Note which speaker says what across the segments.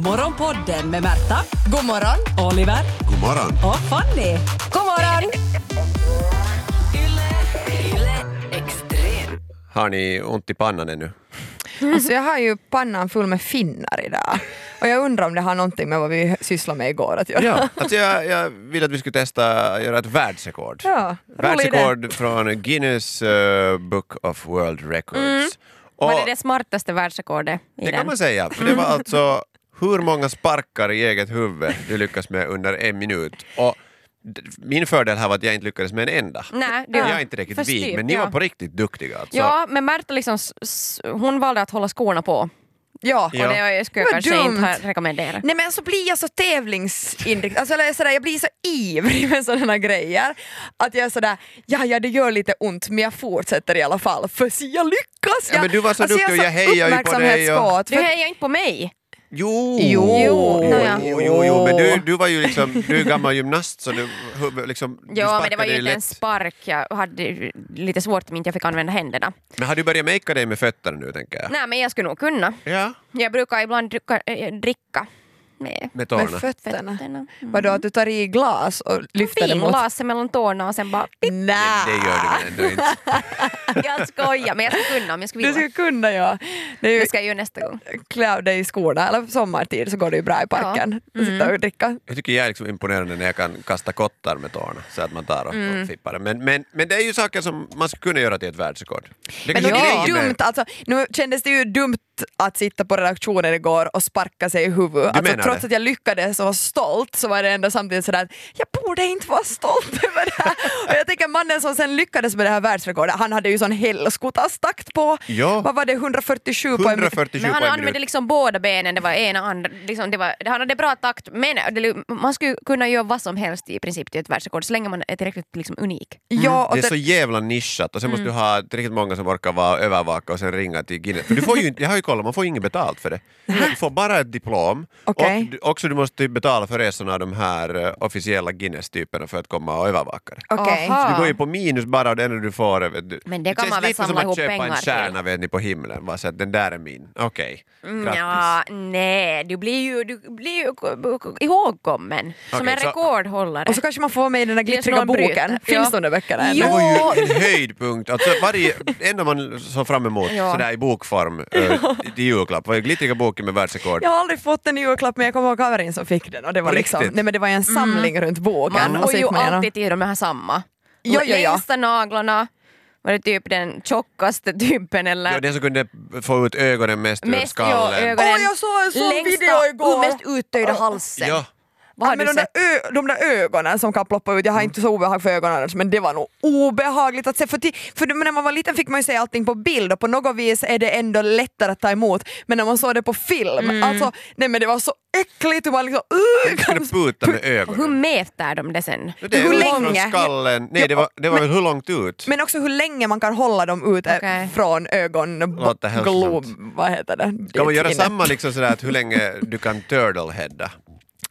Speaker 1: Morgonpodden med Märta. God morgon. Oliver.
Speaker 2: God morgon.
Speaker 1: Och Fanny. God morgon.
Speaker 3: Har ni ont i pannan ännu?
Speaker 4: Alltså jag har ju pannan full med finnar idag. Och jag undrar om det har någonting med vad vi sysslade med igår att göra.
Speaker 3: Alltså jag, jag vill att vi skulle testa göra ett världsrekord.
Speaker 4: Ja, rolig
Speaker 3: världsrekord från Guinness eh, Book of World Records. Och
Speaker 5: Var Mm. det det smartaste världsrekordet
Speaker 3: det
Speaker 5: i den?
Speaker 3: kan man säga, för det var alltså hur många sparkar i eget huvud du lyckas med under en minut. Och d- min fördel här var att jag inte lyckades med en enda.
Speaker 5: Nej, det
Speaker 3: jag
Speaker 5: var
Speaker 3: är inte riktigt
Speaker 5: förstyrt,
Speaker 3: vig, men ni
Speaker 5: ja.
Speaker 3: var på riktigt duktiga. Alltså.
Speaker 5: Ja, men Märta liksom, s- s- hon valde att hålla skorna på.
Speaker 4: Ja.
Speaker 5: Och
Speaker 3: Ja.
Speaker 5: det skulle
Speaker 4: Vad
Speaker 5: jag kanske
Speaker 4: dumt.
Speaker 5: inte ha- rekommendera.
Speaker 4: Nej men så blir jag så tävlingsinriktad, alltså, eller sådär, jag blir så ivrig med sådana grejer att jag är sådär, ja ja det gör lite ont men jag fortsätter i alla fall för se, jag lyckas!
Speaker 3: Ja, men du var så
Speaker 4: alltså,
Speaker 3: duktig och jag hejar ju på dig och-
Speaker 4: uppmärksamhetskåt,
Speaker 5: Du
Speaker 4: för-
Speaker 5: hejar inte på mig.
Speaker 3: Jo!
Speaker 4: Jo.
Speaker 3: jo,
Speaker 5: Nåja.
Speaker 3: jo, jo, jo. men du, du var ju liksom, du är gammal gymnast så du, huvud- liksom, du
Speaker 5: Ja, men det
Speaker 3: sparkade
Speaker 5: var ju
Speaker 3: dig
Speaker 5: inte en
Speaker 3: lätt.
Speaker 5: spark. Jag hade ju lite svårt om inte jag fick använda händerna.
Speaker 3: Men har du börjat makea dig med fötterna nu tänker jag?
Speaker 5: Nej, men jag skulle nog kunna.
Speaker 3: Ja.
Speaker 5: Jag brukar ibland dricka, eh, dricka med
Speaker 3: Med
Speaker 4: med
Speaker 3: tårna?
Speaker 4: fötterna.
Speaker 5: fötterna. Mm.
Speaker 4: Vadå att du tar i glas och lyfter det
Speaker 5: Fin
Speaker 4: mot...
Speaker 5: laser mellan tårna och sen bara...
Speaker 4: Nej.
Speaker 3: Det gör du väl ändå inte?
Speaker 5: Jag skojar, men jag ska kunna om jag skulle
Speaker 4: Du
Speaker 5: vilja.
Speaker 4: skulle kunna ja. Det är ju
Speaker 5: Det ska jag göra nästa gång.
Speaker 4: klä av dig i skorna eller sommartid så går det ju bra i parken.
Speaker 5: Mm.
Speaker 4: Sitta och dricka.
Speaker 3: Jag tycker jag är liksom imponerande när jag kan kasta kottar med tårna så att man tar och,
Speaker 4: Mm.
Speaker 3: och fippar det. Men, men, men det är ju saker som man skulle kunna göra till ett världsrekord. Det
Speaker 4: Men
Speaker 3: kanske
Speaker 4: det är
Speaker 3: grejer
Speaker 4: ju
Speaker 3: med-
Speaker 4: dumt, alltså, nu kändes det ju dumt att sitta på redaktionen igår och sparka sig i huvudet. Alltså,
Speaker 3: menar
Speaker 4: trots
Speaker 3: det?
Speaker 4: att jag lyckades och var stolt så var det ändå samtidigt sådär att jag borde inte vara stolt över det här. Och jag tänker mannen som sen lyckades med det här världsrekordet, han hade ju sån helskotastakt på,
Speaker 3: Ja.
Speaker 4: vad var det, 147, på en
Speaker 3: 147
Speaker 5: Men han
Speaker 3: på en
Speaker 5: använde
Speaker 3: minut.
Speaker 5: liksom båda benen, det var ena andra. Liksom det var, han hade bra takt, men det, man skulle kunna göra vad som helst i princip till ett världsrekord så länge man är tillräckligt liksom, unik.
Speaker 4: Ja, och
Speaker 3: Mm, Det är
Speaker 4: det-
Speaker 3: så jävla nischat och sen måste du
Speaker 4: Mm.
Speaker 3: ha riktigt många som orkar vara övervaka och sen ringa till Guinness. För du får ju inte, jag har ju kollat, man får ju inget betalt för det. Du får bara ett diplom
Speaker 4: Okej.
Speaker 3: och du, också du måste ju betala för resorna av de här eh, officiella Guinness-typerna för att komma och övervaka det.
Speaker 4: Okej.
Speaker 5: Aha.
Speaker 3: Så du går ju på minus bara och det enda du får är... vet du-
Speaker 5: Ah. Men det kan
Speaker 3: känns
Speaker 5: man väl
Speaker 3: lite som
Speaker 5: samla
Speaker 3: att
Speaker 5: ihop
Speaker 3: köpa
Speaker 5: pengar
Speaker 3: en
Speaker 5: till.
Speaker 3: stjärna vet ni, på himlen. Bara så att den där är min. Okej, grattis.
Speaker 5: Mm, Ja, nej, du blir ju, du blir ju k- k- ihågkommen som
Speaker 3: Okej,
Speaker 5: en
Speaker 3: så-
Speaker 5: rekordhållare.
Speaker 4: Och så kanske man får vara med i den där
Speaker 5: Det är
Speaker 4: glittriga
Speaker 5: snålbrytare.
Speaker 4: boken.
Speaker 5: Ja.
Speaker 4: Finns de där böckerna ännu?
Speaker 3: Det
Speaker 5: Jo.
Speaker 3: var ju en höjdpunkt. Alltså varje, enda man såg fram emot
Speaker 5: Ja.
Speaker 3: sådär i bokform eh, till julklapp var ju glittriga boken med världsrekord.
Speaker 4: Jag har aldrig fått en i julklapp men jag kommer ihåg Kaverin som fick den och det var,
Speaker 3: På
Speaker 4: liksom,
Speaker 3: riktigt?
Speaker 4: nej, men det var ju en samling runt bågen.
Speaker 5: Mm. man
Speaker 4: och så
Speaker 5: får ju
Speaker 4: gick man igenom.
Speaker 5: alltid till de här samma.
Speaker 4: Ja, ja, ja.
Speaker 5: Längsta naglarna, var det typ den tjockaste typen eller?
Speaker 3: Ja, den som kunde få ut ögonen mest, ur
Speaker 5: Mest ja,
Speaker 3: skallen.
Speaker 5: ögonen.
Speaker 4: Åh, jag såg en sån video igår.
Speaker 5: och mest uttöjda halsen.
Speaker 3: Ja.
Speaker 5: Vad har
Speaker 4: men
Speaker 5: du
Speaker 4: de, där
Speaker 5: sett?
Speaker 4: ö, de där ögonen som kan ploppa ut, jag har
Speaker 3: Mm.
Speaker 4: inte så obehag för ögonen annars, men det var nog obehagligt att se. För, ti- för det- men när man var liten fick man ju se allting på bild och på något vis är det ändå lättare att ta emot. Men när man såg det på film,
Speaker 5: Mm.
Speaker 4: alltså, nej men det var så äckligt hur man liksom... Uh,
Speaker 3: Den kunde puta med
Speaker 5: Och Hur
Speaker 3: ögonen.
Speaker 5: mäter de det sen?
Speaker 3: Det är
Speaker 4: hur
Speaker 3: ut från
Speaker 4: länge?
Speaker 3: skallen. Nej, det var, det var väl hur långt ut?
Speaker 4: men också hur länge man kan hålla dem ute
Speaker 5: Okej.
Speaker 4: från ögon...
Speaker 3: Låter helt
Speaker 4: glob,
Speaker 3: sant.
Speaker 4: vad heter det?
Speaker 3: Kan man göra
Speaker 4: Dit inne.
Speaker 3: samma liksom sådär att hur länge du kan turtleheada?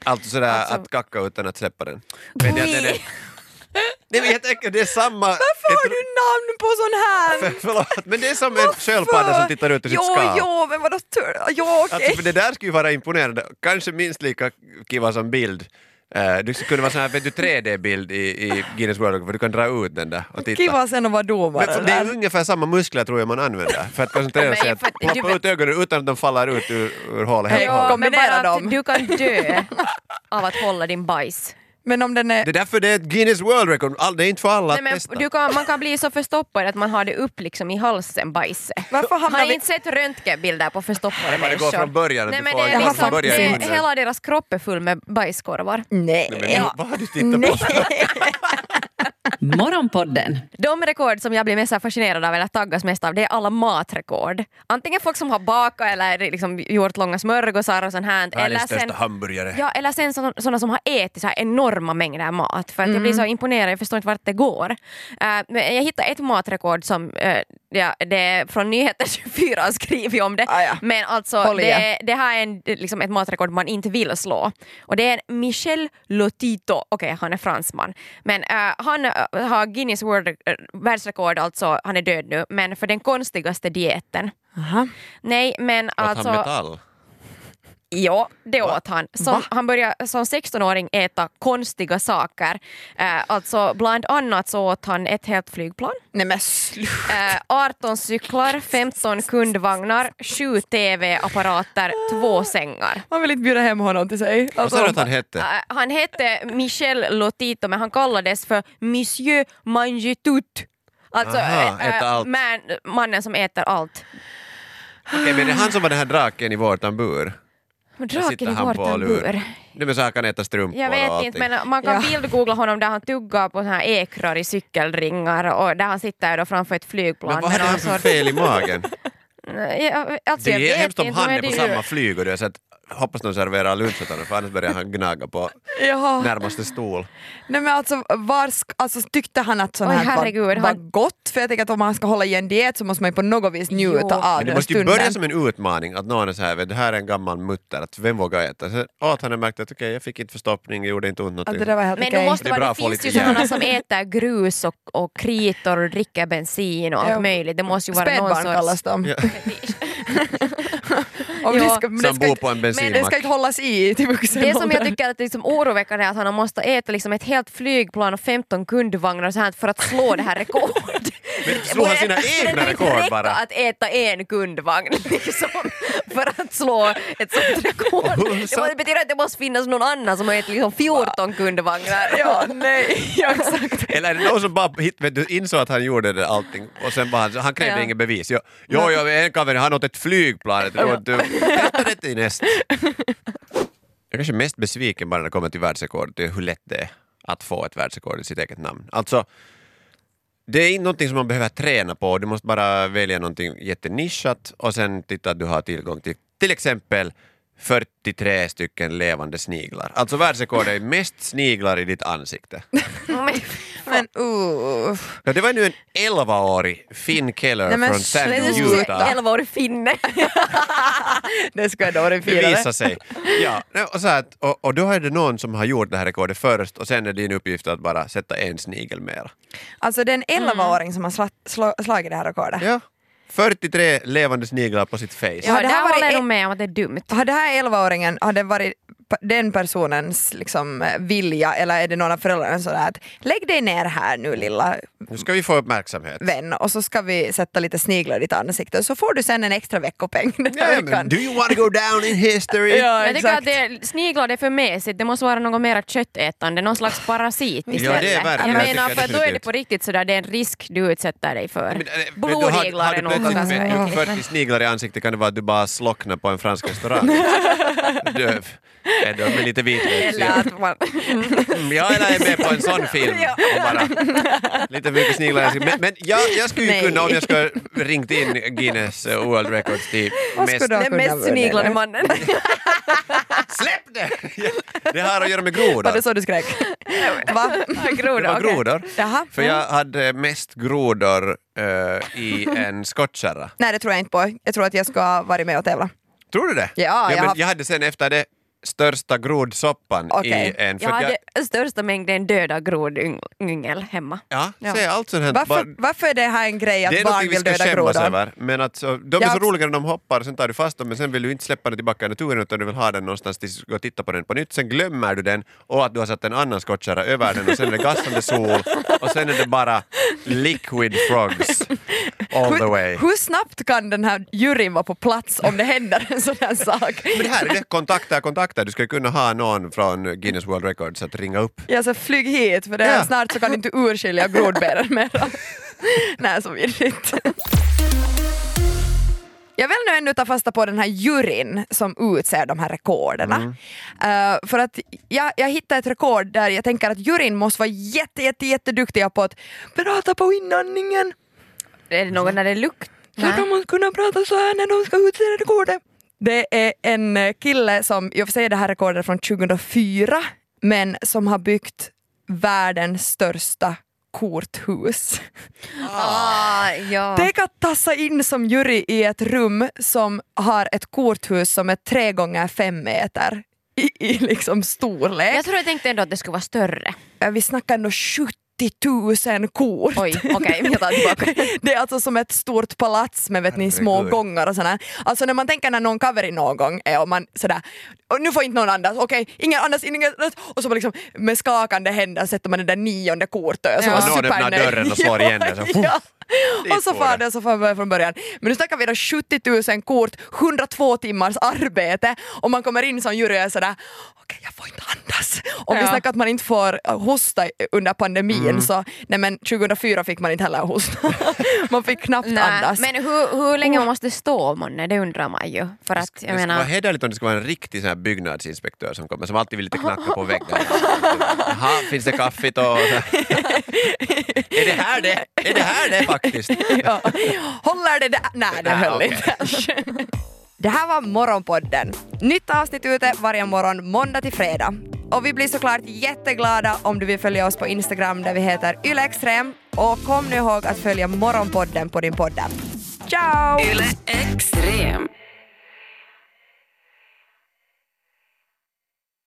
Speaker 3: Alltså sådär att kacka utan att släppa den. Men det, det, det, nej men jag tänker det är samma...
Speaker 4: Varför har du namn på sån här?
Speaker 3: Förlåt, men det är som en sköldpadda som tittar ut ur sitt
Speaker 4: jo,
Speaker 3: skal.
Speaker 4: Jo, men vadå tur? Jo, okej.
Speaker 3: Alltså för det där skulle ju vara imponerande, kanske minst lika kiva som bild. Eh, Du skulle kunna vara sån här vet du, 3D-bild i, i Guinness World Record, för du kan dra ut den där och titta.
Speaker 4: Kiva sen att vara domare.
Speaker 3: Men för det är
Speaker 4: där.
Speaker 3: ungefär samma muskler tror jag man använder för att koncentrera
Speaker 5: Men
Speaker 3: sig,
Speaker 5: jag
Speaker 3: att
Speaker 5: fatt- du
Speaker 3: ploppa
Speaker 5: vet-
Speaker 3: ut ögonen utan att de faller ut ur, ur hålet helt och
Speaker 4: Ja,
Speaker 3: hållet.
Speaker 5: men
Speaker 4: kombinera
Speaker 5: bara att
Speaker 4: dem.
Speaker 5: Du kan dö av att hålla din bajs.
Speaker 4: Men om den är...
Speaker 3: Det är därför det är ett Guinness World Record, All- det är inte för alla
Speaker 5: Nej,
Speaker 3: att
Speaker 5: men
Speaker 3: testa.
Speaker 5: du kan, man kan bli så förstoppad att man har det upp liksom i halsen, bajset.
Speaker 4: Varför
Speaker 5: Har
Speaker 4: hamnar
Speaker 5: ni
Speaker 4: vi...
Speaker 5: inte sett röntgenbilder på förstoppade
Speaker 3: men det går
Speaker 5: människor?
Speaker 3: från början, att
Speaker 5: Nej,
Speaker 3: du
Speaker 5: men
Speaker 3: får
Speaker 5: det är
Speaker 3: liksom
Speaker 5: liksom,
Speaker 3: börja i
Speaker 5: det,
Speaker 3: munnen.
Speaker 5: hela deras kropp är full med bajskorvar.
Speaker 4: Nej.
Speaker 3: Nej, men vad har du tittat på?
Speaker 1: Morgonpodden
Speaker 5: De rekord som jag blir mest så här fascinerad av eller taggas mest av det är alla matrekord. Antingen folk som har bakat eller liksom gjort långa smörgåsar och sånt här.
Speaker 3: Världens
Speaker 5: Eller sen,
Speaker 3: största hamburgare.
Speaker 5: Ja, eller sen så- sådana som har ätit så här enorma mängder mat. För att jag blir
Speaker 4: Mm.
Speaker 5: så imponerad, jag förstår inte vart det går. Eh, men jag hittade ett matrekord som, eh, ja, det är från Nyheter 24 har skrivit om det.
Speaker 4: Ah, ja.
Speaker 5: Men alltså,
Speaker 4: Håll i
Speaker 5: det, det här är en, liksom ett matrekord man inte vill slå. Och det är en Michel Lotito, okej han är fransman, men eh, han eh, har Guinness World, eh, världsrekord, alltså han är död nu, men för den konstigaste dieten.
Speaker 4: Aha.
Speaker 5: Nej men
Speaker 3: Åt han
Speaker 5: alltså...
Speaker 3: metall?
Speaker 5: Jo, det
Speaker 3: Va?
Speaker 5: åt han. Som, han började som 16-åring äta konstiga saker. Eh, alltså bland annat så åt han ett helt flygplan,
Speaker 4: Nej men sluta.
Speaker 5: eh, 18 cyklar, 15 kundvagnar, 7 tv-apparater, två sängar.
Speaker 4: Man vill inte bjuda hem honom till sig.
Speaker 3: Vad sa du att han hette?
Speaker 5: Eh, han hette Michel Lotito men han kallades för Monsieur Mangetut. Alltså
Speaker 3: Aha,
Speaker 5: eh, eh,
Speaker 3: äta allt.
Speaker 5: man, mannen som äter allt.
Speaker 3: Okej, men det är han som var den här draken i vår tambur.
Speaker 5: Draken
Speaker 3: sitter
Speaker 5: i
Speaker 3: han på
Speaker 5: vårt
Speaker 3: och
Speaker 5: bur.
Speaker 3: lurar. Nej men så han kan äta strumpor
Speaker 5: Jag
Speaker 3: och
Speaker 5: vet
Speaker 3: allting.
Speaker 5: inte, men man kan
Speaker 4: Ja.
Speaker 5: bildgoogla honom där han tuggar på såna här ekrar i cykelringar och där han sitter då framför ett flygplan.
Speaker 3: Men vad
Speaker 5: med
Speaker 3: hade
Speaker 5: någon
Speaker 3: han för
Speaker 5: sorts-
Speaker 3: fel i magen?
Speaker 5: Ja, alltså,
Speaker 3: Det är
Speaker 5: jag
Speaker 3: ju
Speaker 5: vet
Speaker 3: hemskt om
Speaker 5: inte,
Speaker 3: han
Speaker 5: men
Speaker 3: är på
Speaker 5: det
Speaker 3: samma flyg och du är så att hoppas de serverar lunch åt honom för annars börjar han gnaga på
Speaker 4: Jaha.
Speaker 3: närmaste stol.
Speaker 4: Nej men alltså, var sk- alltså tyckte han att sånt
Speaker 5: Oj,
Speaker 4: här var,
Speaker 5: herregud,
Speaker 4: var
Speaker 5: han-
Speaker 4: gott? För jag tänker att om man ska hålla i en diet så måste man ju på något vis njuta
Speaker 5: Jo.
Speaker 4: av
Speaker 3: Men det
Speaker 4: den
Speaker 3: måste ju
Speaker 4: stunden.
Speaker 3: börja som en utmaning att någon är så här, vet, du, här är en gammal mutter, att vem vågar äta? Sen åt han och märkte att okej, jag fick inte förstoppning, det gjorde inte ont
Speaker 4: Att
Speaker 3: någonting.
Speaker 4: det där var helt
Speaker 5: Men
Speaker 4: okej.
Speaker 5: det, måste
Speaker 3: Det är
Speaker 5: vara,
Speaker 3: bra
Speaker 5: det
Speaker 3: att få
Speaker 5: finns ju
Speaker 3: lite
Speaker 5: sådana
Speaker 3: hjärn.
Speaker 5: som äter grus och, och kritor och dricker bensin och
Speaker 4: Ja.
Speaker 5: allt möjligt. Det måste ju vara någon
Speaker 4: Spädbarn kallas
Speaker 5: sorts...
Speaker 4: de.
Speaker 3: Ja.
Speaker 4: Om det
Speaker 5: Ja.
Speaker 4: ska, men det
Speaker 3: Som
Speaker 4: ska
Speaker 3: bor
Speaker 4: inte,
Speaker 3: på en
Speaker 4: men det
Speaker 3: bensinmack.
Speaker 4: ska inte hållas i till vuxen
Speaker 5: Det som
Speaker 4: ålder.
Speaker 5: jag tycker är liksom oroväckande är att han måste äta liksom ett helt flygplan och 15 kundvagnar och så här för att slå det här rekordet.
Speaker 3: Men slog han sina egna rekord bara?
Speaker 5: att äta en kundvagn liksom, för att slå ett sånt rekord.
Speaker 3: Och hur
Speaker 5: Det
Speaker 3: satt-
Speaker 5: må- Det betyder att det måste finnas någon annan som har ätit liksom 14 kundvagnar.
Speaker 4: Ja, nej, ja, exakt.
Speaker 3: Eller är det någon som bara hit, vet du, insåg att han gjorde det allting och sen bara, han krävde
Speaker 5: Ja.
Speaker 3: inget bevis. Jo, jo, jo en kaver, han åt ett flygplan. Jag tror att du Testa det till nästa. Jag är kanske mest besviken bara när det kommer till världsrekord, det är hur lätt det är att få ett världsrekord i sitt eget namn. Alltså, det är inte någonting som man behöver träna på, du måste bara välja någonting jättenischat och sen titta att du har tillgång till till exempel 43 stycken levande sniglar. Alltså världsrekordet är mest sniglar i ditt ansikte.
Speaker 5: Men-
Speaker 4: Men uh,
Speaker 3: Ja, det var nu en 11-årig Finn Keller
Speaker 4: Nej, men
Speaker 3: från
Speaker 4: sluta.
Speaker 3: Sandy, Utah.
Speaker 5: 11-årig finne.
Speaker 4: det skulle jag då det
Speaker 3: Det
Speaker 4: firade.
Speaker 3: visar sig. Ja, nej, och, så här, att- och, och då är det någon som har gjort det här rekordet först och sen är din uppgift att bara sätta en snigel mer.
Speaker 4: Alltså det är en
Speaker 5: Mm.
Speaker 4: 11-åring som har sla, slå, slagit det här rekordet.
Speaker 3: Ja. 43 levande sniglar på sitt face.
Speaker 4: Ja,
Speaker 5: Ja,
Speaker 4: det
Speaker 5: det
Speaker 4: här
Speaker 5: här
Speaker 4: var
Speaker 5: håller
Speaker 4: det-
Speaker 5: jag nog med om att det är dumt.
Speaker 4: Har det här 11-åringen har det varit p- den personens liksom, eh, vilja eller är det någon av föräldrarna som sådär att lägg dig ner här nu lilla
Speaker 3: Nu ska vi få uppmärksamhet.
Speaker 4: vän och så ska vi sätta lite sniglar i ditt ansikte och så får du sen en extra veckopeng den här
Speaker 3: Ja,
Speaker 4: veckan.
Speaker 3: men, do you want to go down in history?
Speaker 4: Ja,
Speaker 5: jag tycker
Speaker 4: exakt.
Speaker 5: att det är, sniglar det är för mesigt, det måste vara något mer köttätande, någon slags parasit
Speaker 3: det är
Speaker 5: istället.
Speaker 3: verkligen-
Speaker 5: jag
Speaker 3: jag
Speaker 5: menar,
Speaker 3: tycker
Speaker 5: för då är det
Speaker 3: definitivt.
Speaker 5: på riktigt sådär, det är en risk du utsätter dig för.
Speaker 3: Men, eh, men du har-
Speaker 5: Blodiglar är
Speaker 3: har du
Speaker 5: nog ganska
Speaker 3: plötsligt-
Speaker 5: äckligt.
Speaker 3: med 40 sniglar i ansiktet kan det vara att du bara slocknar på en fransk restaurang. Döv. Ändå med lite
Speaker 5: Eller
Speaker 3: vitlökssyra.
Speaker 5: att man...
Speaker 3: Mm, Jag är med på en sån film.
Speaker 5: Ja.
Speaker 3: Och bara, lite mycket sniglar. i ansiktet. Men, men jag, jag skulle ju
Speaker 4: Nej.
Speaker 3: kunna, om jag skulle ringt in Guinness eh, World Records till
Speaker 4: Vad
Speaker 3: mest...
Speaker 4: skulle du ha
Speaker 5: Den mest
Speaker 4: kunnat välja
Speaker 5: sniglade
Speaker 4: där?
Speaker 5: mannen.
Speaker 3: Släpp det! Det har att göra med
Speaker 4: Var det
Speaker 3: grodor.
Speaker 4: så du skrek? Va?
Speaker 3: Det var grodor.
Speaker 4: Jaha.
Speaker 3: För
Speaker 5: Mm.
Speaker 3: jag hade mest grodor eh, i en skottkärra.
Speaker 4: Nej det tror jag inte på. Jag tror att jag ska ha varit med och tävla.
Speaker 3: Tror du det?
Speaker 4: Ja, jag
Speaker 3: men
Speaker 4: har-
Speaker 3: jag hade sen efter det största grodsoppan i
Speaker 4: Okej.
Speaker 3: en...
Speaker 5: Jag
Speaker 3: att
Speaker 5: hade största mängden döda grodyngel hemma.
Speaker 3: ja,
Speaker 5: Ja.
Speaker 3: se allt sånt här. bara-
Speaker 4: Varför, varför är det här en grej
Speaker 3: Det
Speaker 4: att
Speaker 3: är
Speaker 4: barn
Speaker 3: något vi
Speaker 4: vill
Speaker 3: ska
Speaker 4: döda
Speaker 3: skämmas
Speaker 4: grodor?
Speaker 3: över. Men att, så, de är
Speaker 4: Jag
Speaker 3: så
Speaker 4: också-
Speaker 3: roliga när de hoppar, sen tar du fast dem men sen vill du inte släppa den tillbaka i naturen utan du vill ha den någonstans tills du går och tittar på den på nytt. Sen glömmer du den och att du har satt en annan skottkärra över den och sen är det gassande sol och sen är det bara liquid frogs all the way.
Speaker 4: Hur, hur snabbt kan den här juryn vara på plats om det händer en sån här sak?
Speaker 3: Men det här är det, kontakta, kontakta. Du ska ju kunna ha någon från Guinness World Records att ringa upp.
Speaker 4: Ja, så flyg hit för det här,
Speaker 3: Ja.
Speaker 4: snart så kan du inte urskilja grodbären mera. Nej, så vidrigt. Jag vill nu ändå ta fasta på den här juryn som utser de här rekorderna. Eh, för att jag, jag hittade ett rekord där jag tänker att juryn måste vara jätte, jätte, jätteduktiga på att prata på inandningen.
Speaker 5: Är det någon när det luktar?
Speaker 4: Så de måste kunna prata så här när de ska utse rekordet. Det är en eh, kille som, jag får säga det här rekordet är från 2004, men som har byggt världens största korthus.
Speaker 5: Ah, ja.
Speaker 4: Tänk att tassa in som jury i ett rum som har ett korthus som är tre gånger fem meter i, i liksom storlek.
Speaker 5: Jag tror jag tänkte ändå att det skulle vara större.
Speaker 4: Ja, Vi snackar ändå 70 80 000 kort.
Speaker 5: Oj, okej, jag tar tillbaka.
Speaker 4: Det är alltså som ett stort palats med vet ni, små
Speaker 3: Herregud.
Speaker 4: gångar och sådär. Alltså när man tänker när någon cover i någon gång är och man sådär, och nu får inte någon andas, okej, ingen andas, ingen andas. Och så bara liksom med skakande händer sätter man det där nionde kortet. och så
Speaker 5: Ja.
Speaker 4: var
Speaker 5: Någon
Speaker 3: öppnar
Speaker 4: supernöjd.
Speaker 3: dörren och slår igen det, så,
Speaker 4: Ja,
Speaker 3: puff.
Speaker 4: ja.
Speaker 3: Dit
Speaker 4: Och så
Speaker 3: for
Speaker 4: far
Speaker 3: det.
Speaker 4: det så far det från början. Men nu snackar vi då 70 000 kort, 102 timmars arbete och man kommer in som jury och är sådär okej jag får inte andas. Om vi
Speaker 5: Ja. Mm.
Speaker 4: snackar att man inte får eh, hosta i- under pandemin så nej men 2004 fick man inte heller hosta. man fick knappt
Speaker 5: Nej,
Speaker 4: andas.
Speaker 5: men hur, hur länge måste det stå månne? Mm. Det undrar man ju. För
Speaker 3: Det
Speaker 5: att,
Speaker 3: sk-
Speaker 5: jag
Speaker 3: det skulle vara
Speaker 5: menar,
Speaker 3: hederligt om det skulle vara en riktig sån här byggnadsinspektör som kommer, som alltid vill lite knacka på väggen. Jaha, finns det kaffet och... är det här det? Är det här det faktiskt?
Speaker 4: Ja. Håller det där? Nej det
Speaker 3: Nej,
Speaker 4: höll
Speaker 3: okej.
Speaker 4: inte. Det här var Morgonpodden. Nytt avsnitt ute varje morgon måndag till fredag. Och vi blir såklart jätteglada om du vill följa oss på Instagram där vi heter ylextrem. Och kom nu ihåg att följa Morgonpodden på din podd. Ciao!
Speaker 2: Yle Extrem.